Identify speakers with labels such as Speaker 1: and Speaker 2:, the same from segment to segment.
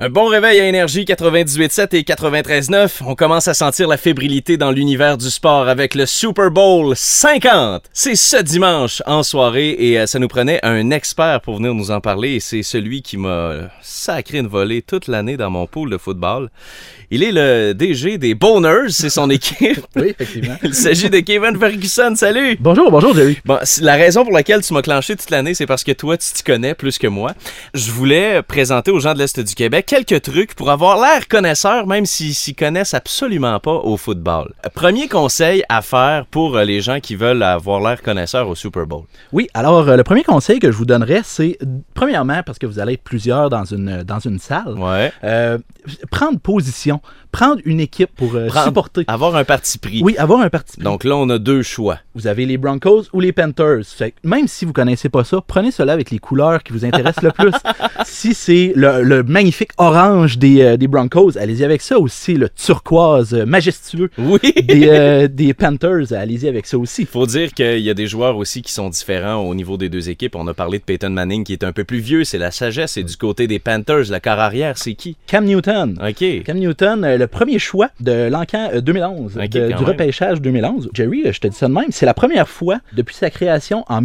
Speaker 1: Un bon réveil à Énergie 98.7 et 93.9. On commence à sentir la fébrilité dans l'univers du sport avec le Super Bowl 50. C'est ce dimanche en soirée et euh, ça nous prenait un expert pour venir nous en parler. Et C'est celui qui m'a euh, sacré une volée toute l'année dans mon pool de football. Il est le DG des Boners, c'est son équipe.
Speaker 2: Oui, effectivement.
Speaker 1: Il s'agit de Kevin Ferguson. Salut!
Speaker 2: Bonjour, bonjour, Jerry.
Speaker 1: Bon, c'est- la raison pour laquelle tu m'as clenché toute l'année, c'est parce que toi, tu t'y connais plus que moi. Je voulais présenter aux gens de l'Est du Québec quelques trucs pour avoir l'air connaisseur, même s'ils s'y connaissent absolument pas au football. Premier conseil à faire pour euh, les gens qui veulent avoir l'air connaisseur au Super Bowl.
Speaker 2: Oui, alors euh, le premier conseil que je vous donnerais, c'est euh, premièrement, parce que vous allez être plusieurs dans une, euh, dans une salle,
Speaker 1: Ouais.
Speaker 2: euh, prendre position, prendre une équipe pour euh,
Speaker 1: Prendre-
Speaker 2: supporter.
Speaker 1: Avoir un parti pris.
Speaker 2: Oui, avoir un parti pris.
Speaker 1: Donc là, on a deux choix.
Speaker 2: vous avez les Broncos ou les Panthers. Fait que même si vous connaissez pas ça, prenez cela avec les couleurs qui vous intéressent le plus. Si c'est le, le magnifique orange des, euh, des Broncos, allez-y avec ça aussi. Le turquoise euh, majestueux
Speaker 1: Oui.
Speaker 2: des, euh, des Panthers, allez-y avec ça aussi.
Speaker 1: Faut dire qu'il y a des joueurs aussi qui sont différents au niveau des deux équipes. On a parlé de Peyton Manning qui est un peu plus vieux, c'est la sagesse. Et du côté des Panthers, la carrière arrière, c'est qui?
Speaker 2: Cam Newton.
Speaker 1: OK.
Speaker 2: Cam Newton, euh, le premier choix de l'encan euh, 2011,
Speaker 1: Ok,
Speaker 2: de-
Speaker 1: quand
Speaker 2: du
Speaker 1: même.
Speaker 2: repêchage 2011. Jerry, euh, je te dis ça de même, c'est la première fois depuis sa création en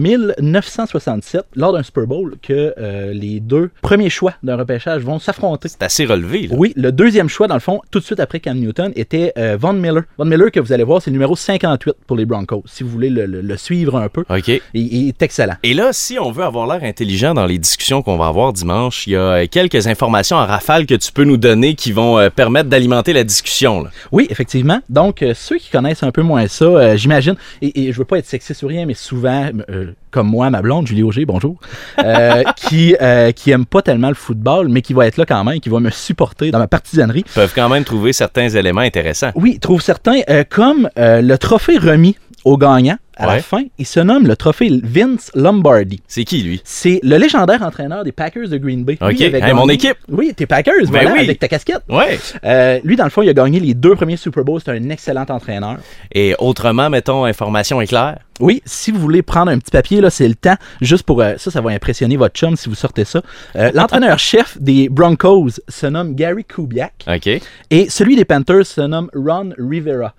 Speaker 2: 1967, lors d'un Super Bowl, que euh, les deux premiers choix d'un repêchage vont s'affronter.
Speaker 1: C'est assez relevé. là.
Speaker 2: Oui, le deuxième choix, dans le fond, tout de suite après Cam Newton, était euh, Von Miller. Von Miller, que vous allez voir, c'est le numéro 58 pour les Broncos, si vous voulez le, le- le suivre un peu.
Speaker 1: OK.
Speaker 2: Il, il est excellent.
Speaker 1: Et là, si on veut avoir l'air intelligent dans les discussions qu'on va avoir dimanche, il y a euh, quelques informations en rafale que tu peux nous donner qui vont euh, permettre d'alimenter la discussion. là.
Speaker 2: Oui, effectivement. Donc, euh, ceux qui connaissent un peu moins ça, euh, j'imagine, et, et je veux pas être sexiste ou rien, mais souvent, euh, comme moi, ma blonde, Julie Auger, bonjour, euh, qui, euh, qui aime pas tellement le football, mais qui va être là quand même, qui va me supporter dans ma partisanerie.
Speaker 1: Ils peuvent quand même trouver certains éléments intéressants.
Speaker 2: Oui, trouve certains, euh, comme euh, le trophée remis au gagnant à
Speaker 1: Ouais.
Speaker 2: la fin, il se nomme le trophée Vince Lombardi.
Speaker 1: C'est qui, lui?
Speaker 2: C'est le légendaire entraîneur des Packers de Green Bay. Lui,
Speaker 1: Ok,
Speaker 2: il avait
Speaker 1: hey, mon
Speaker 2: gagné-
Speaker 1: équipe.
Speaker 2: Oui, tes Packers,
Speaker 1: Ben
Speaker 2: voilà,
Speaker 1: oui.
Speaker 2: avec ta casquette.
Speaker 1: Ouais.
Speaker 2: Euh, lui, dans le fond, il a gagné les deux premiers Super Bowls. C'est un excellent entraîneur.
Speaker 1: Et autrement, mettons, information éclair.
Speaker 2: Oui, si vous voulez prendre un petit papier, là, c'est le temps. Juste pour euh, ça, ça va impressionner votre chum si vous sortez ça. Euh, L'entraîneur-chef des Broncos se nomme Gary Kubiak
Speaker 1: OK.
Speaker 2: et celui des Panthers se nomme Ron Rivera.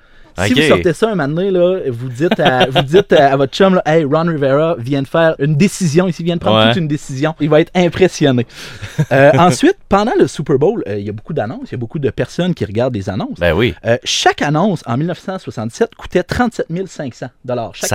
Speaker 2: Si
Speaker 1: Ok.
Speaker 2: vous sortez ça un moment donné, là, vous dites à, vous dites à, à votre chum, là, Hey, Ron Rivera vient de faire une décision ici, vient de prendre
Speaker 1: Ouais.
Speaker 2: toute une décision. Il va être impressionné. Euh, ensuite, pendant le Super Bowl, euh, il y a beaucoup d'annonces, il y a beaucoup de personnes qui regardent des annonces.
Speaker 1: Ben oui,
Speaker 2: Euh, chaque annonce en 1967 coûtait 37 500 chaque
Speaker 1: ça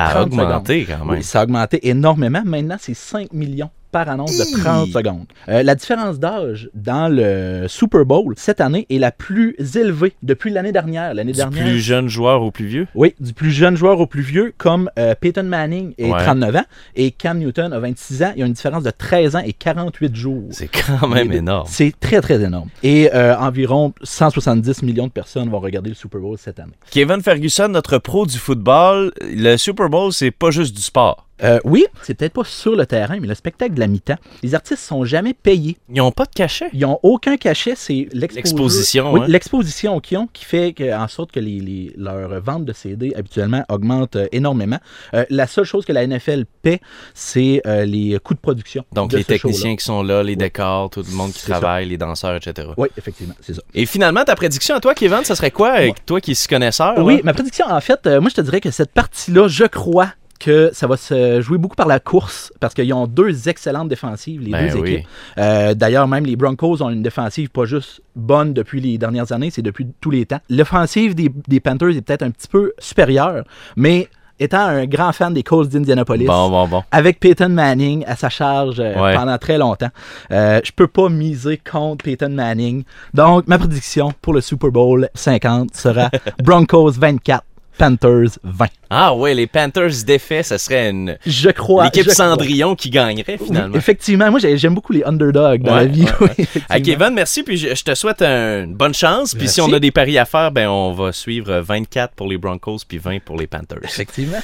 Speaker 1: a
Speaker 2: 30 secondes.
Speaker 1: augmenté quand même.
Speaker 2: Oui, ça a augmenté énormément. Maintenant, c'est 5 millions par annonce de
Speaker 1: Hi!
Speaker 2: 30 secondes. Euh, la différence d'âge dans le Super Bowl cette année est la plus élevée depuis l'année dernière. L'année
Speaker 1: Du
Speaker 2: dernière.
Speaker 1: plus jeune joueur au plus vieux?
Speaker 2: Oui, du plus jeune joueur au plus vieux, comme euh, Peyton Manning est
Speaker 1: Ouais.
Speaker 2: 39 ans et Cam Newton a 26 ans. Il y a une différence de 13 ans et 48 jours.
Speaker 1: C'est quand même
Speaker 2: Et-
Speaker 1: énorme.
Speaker 2: C'est très, très énorme. Et euh, environ 170 millions de personnes vont regarder le Super Bowl cette année.
Speaker 1: Kevin Ferguson, notre pro du football, le Super Bowl, c'est pas juste du sport.
Speaker 2: Euh, oui, c'est peut-être pas sur le terrain, mais le spectacle de la mi-temps, les artistes sont jamais payés.
Speaker 1: Ils n'ont pas de cachet.
Speaker 2: Ils n'ont aucun cachet, c'est l'exposure-
Speaker 1: L'exposition,
Speaker 2: Oui,
Speaker 1: hein.
Speaker 2: l'exposition qu'ils ont qui fait que- en sorte que les, les- leurs ventes de CD habituellement augmentent euh, énormément. Euh, la seule chose que la NFL paie, c'est euh, les coûts de production.
Speaker 1: Donc,
Speaker 2: de
Speaker 1: les
Speaker 2: ce
Speaker 1: techniciens qui sont là, les décors, tout le monde qui
Speaker 2: C'est ça.
Speaker 1: travaille, les danseurs, etc.
Speaker 2: show-là. Oui, effectivement, c'est ça.
Speaker 1: Et finalement, ta prédiction à toi, Kevin, ça serait quoi, avec toi qui es connaisseur?
Speaker 2: Oui,
Speaker 1: là?
Speaker 2: ma prédiction, en fait, euh, moi je te dirais que cette partie-là, je crois que ça va se jouer beaucoup par la course parce qu'ils ont deux excellentes défensives, les
Speaker 1: Ben
Speaker 2: deux
Speaker 1: oui.
Speaker 2: équipes. Euh, D'ailleurs, même les Broncos ont une défensive pas juste bonne depuis les dernières années, c'est depuis tous les temps. L'offensive des, des Panthers est peut-être un petit peu supérieure, mais étant un grand fan des Colts d'Indianapolis,
Speaker 1: Bon, bon, bon.
Speaker 2: avec Peyton Manning à sa charge euh,
Speaker 1: Ouais.
Speaker 2: pendant très longtemps. Euh, je peux pas miser contre Peyton Manning. Donc, ma prédiction pour le Super Bowl 50 sera Broncos 24, Panthers 20.
Speaker 1: Ah ouais, les Panthers défaits, ça serait une...
Speaker 2: Je crois.
Speaker 1: l'équipe
Speaker 2: je crois.
Speaker 1: Cendrillon qui gagnerait
Speaker 2: Oui,
Speaker 1: finalement.
Speaker 2: effectivement, moi j'ai- j'aime beaucoup les underdogs dans
Speaker 1: Ouais,
Speaker 2: la vie.
Speaker 1: ouais,
Speaker 2: oui,
Speaker 1: ouais. Ah,
Speaker 2: effectivement.
Speaker 1: Kevin, merci, puis je, je te souhaite un- une bonne chance. Puis si
Speaker 2: Merci.
Speaker 1: on a des paris à faire, ben on va suivre euh, 24 pour les Broncos puis 20 pour les Panthers.
Speaker 2: Effectivement.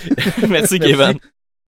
Speaker 1: merci Kevin.